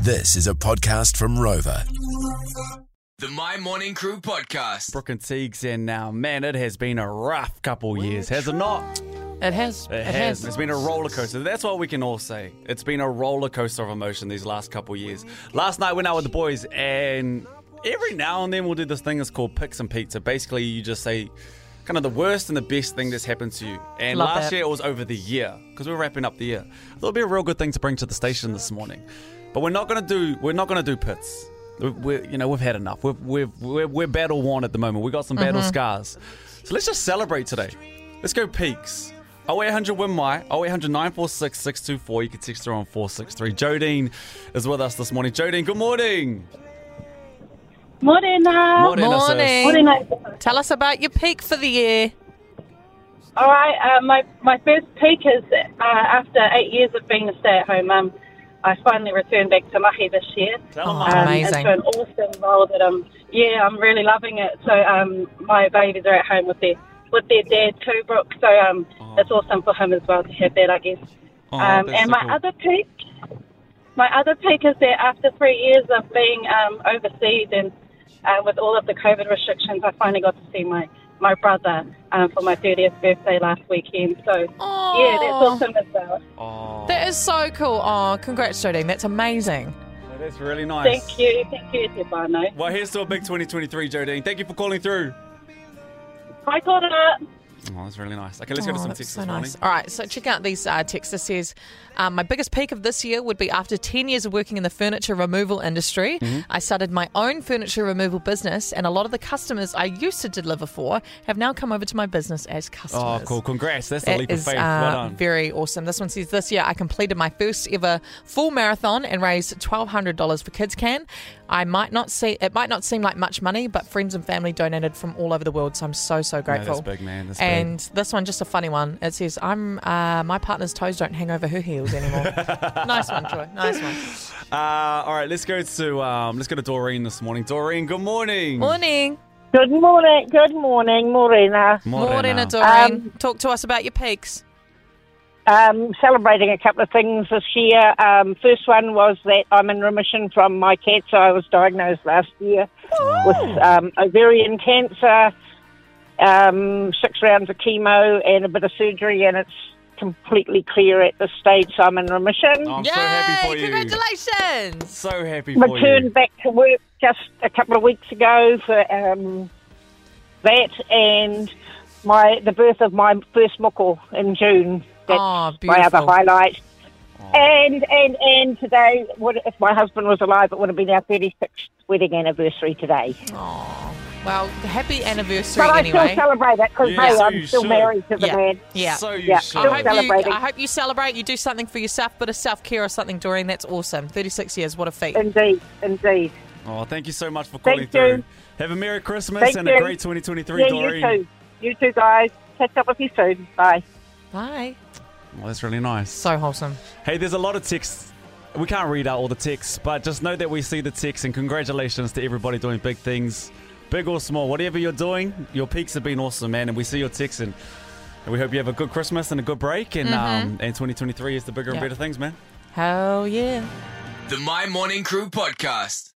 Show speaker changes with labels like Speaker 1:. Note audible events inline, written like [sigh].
Speaker 1: This is a podcast from Rover.
Speaker 2: The My Morning Crew podcast.
Speaker 3: Brooke and Teagues, and now, man, it has been a rough couple years, has it not?
Speaker 4: It has.
Speaker 3: It has. It's been a roller coaster. That's what we can all say. It's been a roller coaster of emotion these last couple years. Last night went out with the boys, and every now and then we'll do this thing that's called picks and pizza. Basically, you just say kind of the worst and the best thing that's happened to you. And
Speaker 4: Love
Speaker 3: last
Speaker 4: that.
Speaker 3: year it was over the year because we we're wrapping up the year. I thought it'd be a real good thing to bring to the station this morning, but we're not gonna do we're not gonna do pits. We're, we're- you know we've had enough. We've, we've, we're, we're battle worn at the moment. We got some battle scars, so let's just celebrate today. Let's go peaks. 0800 WinMy, 0800 946 624. You can text her on 463. Jodine is with us this morning. Jodine, good morning.
Speaker 5: Morena.
Speaker 3: sis.
Speaker 4: Morning. Tell us about your peak for the year.
Speaker 5: All right. Uh, my my first peak is uh, after eight years of being a stay-at-home mum. I finally returned back to Mahi this year.
Speaker 3: Tell 'em
Speaker 4: Oh,
Speaker 3: I-
Speaker 5: Um,
Speaker 4: amazing.
Speaker 5: Into an awesome role that I'm. Yeah, I'm really loving it. So um, my babies are at home with their with their dad too, Brooke. So um, it's awesome for him as well to have that, I guess.
Speaker 3: Oh,
Speaker 5: um,
Speaker 3: that's
Speaker 5: and
Speaker 3: so
Speaker 5: my
Speaker 3: cool.
Speaker 5: other peak, my other peak is that after three years of being um, overseas and uh, with all of the COVID restrictions, I finally got to see my my brother um, for my 30th birthday last weekend. So yeah,
Speaker 4: Aw.
Speaker 5: that's awesome as well.
Speaker 3: Oh,
Speaker 4: That is so cool. Oh, congrats, Jodine. That's amazing.
Speaker 3: Oh, that's really nice.
Speaker 5: Thank you, thank you, Te Whānau.
Speaker 3: Well, here's to a big 2023, Jodine. Thank you for calling through.
Speaker 5: Hi, Korana.
Speaker 3: Oh, that's really nice. Okay, let's go to
Speaker 4: Oh,
Speaker 3: some
Speaker 4: that's
Speaker 3: texts
Speaker 4: so
Speaker 3: this morning.
Speaker 4: nice. All right, so check out these uh, texts. This says, um, My biggest peak of this year would be after 10 years of working in the furniture removal industry.
Speaker 3: Mm-hmm.
Speaker 4: I started my own furniture removal business, and a lot of the customers I used to deliver for have now come over to my business as
Speaker 3: Oh,
Speaker 4: customers.
Speaker 3: cool. Congrats. That's a
Speaker 4: That
Speaker 3: leap of
Speaker 4: is,
Speaker 3: faith.
Speaker 4: uh,
Speaker 3: well done.
Speaker 4: very awesome. This one says, "This year I completed my first ever full marathon and raised twelve hundred dollars for Kids Can." I might not see it might not seem like much money, but friends and family donated from all over the world, so I'm so so
Speaker 3: that's
Speaker 4: grateful.
Speaker 3: big, man. That's big.
Speaker 4: and this one, just a funny one. It says, "I'm uh, my partner's toes don't hang over her heels
Speaker 3: [laughs]
Speaker 4: anymore." nice one, Joy. Nice one.
Speaker 3: uh, all right, let's go to um, let's go to Doreen this morning. Doreen, good morning.
Speaker 4: Morning,
Speaker 6: Good morning. Good morning, Uh, Morena.
Speaker 4: morning,
Speaker 3: Morena.
Speaker 4: Doreen.
Speaker 6: Um,
Speaker 4: Talk to us about your peaks.
Speaker 6: Um, celebrating a couple of things this year. Um, first one was that I'm in remission from my cancer. I was diagnosed last year with um, ovarian cancer, um, six rounds of chemo, and a bit of surgery, and it's completely clear at this stage. So I'm in remission.
Speaker 3: I'm
Speaker 4: Yay!
Speaker 3: so happy for you.
Speaker 4: Congratulations.
Speaker 3: So happy for
Speaker 6: returned
Speaker 3: you.
Speaker 6: back to work just a couple of weeks ago for um, that and my the birth of my first muckle in June. That's
Speaker 4: Aw,
Speaker 6: my other
Speaker 4: Ah, beautiful. Oh.
Speaker 6: highlight. And and and today, would, if my husband was alive, it would have been our thirty sixth wedding anniversary today.
Speaker 4: Aw. Well, happy anniversary
Speaker 6: But I
Speaker 4: anyway.
Speaker 6: still celebrate it because
Speaker 3: Yeah,
Speaker 6: hey,
Speaker 3: so you
Speaker 6: I'm still
Speaker 3: should.
Speaker 6: married to the
Speaker 4: Yeah.
Speaker 6: man.
Speaker 4: Yeah.
Speaker 3: So you
Speaker 6: Yeah.
Speaker 3: should.
Speaker 6: Still
Speaker 4: I hope, you,
Speaker 6: celebrating.
Speaker 4: I hope you celebrate. You do something for yourself, bit of self care or something, Doreen. That's awesome. 36 years, what a feat.
Speaker 6: Indeed, indeed.
Speaker 3: Oh, thank you so much for calling
Speaker 6: Thank
Speaker 3: through.
Speaker 6: you.
Speaker 3: Have a Merry Christmas
Speaker 6: Thank
Speaker 3: and a
Speaker 6: you.
Speaker 3: great 2023,
Speaker 6: yeah,
Speaker 3: Doreen.
Speaker 6: you too. You two guys. Catch up with you soon. Bye.
Speaker 4: Bye.
Speaker 3: Oh, that's really nice.
Speaker 4: So wholesome.
Speaker 3: Hey, there's a lot of texts. We can't read out all the texts, but just know that we see the texts and congratulations to everybody doing big things, big or small. Whatever you're doing, your peaks have been awesome, man. And we see your texts and, and we hope you have a good Christmas and a good break. And um, and 2023 is the bigger and
Speaker 4: Yeah.
Speaker 3: better things, man.
Speaker 4: Hell yeah.
Speaker 2: The My Morning Crew podcast.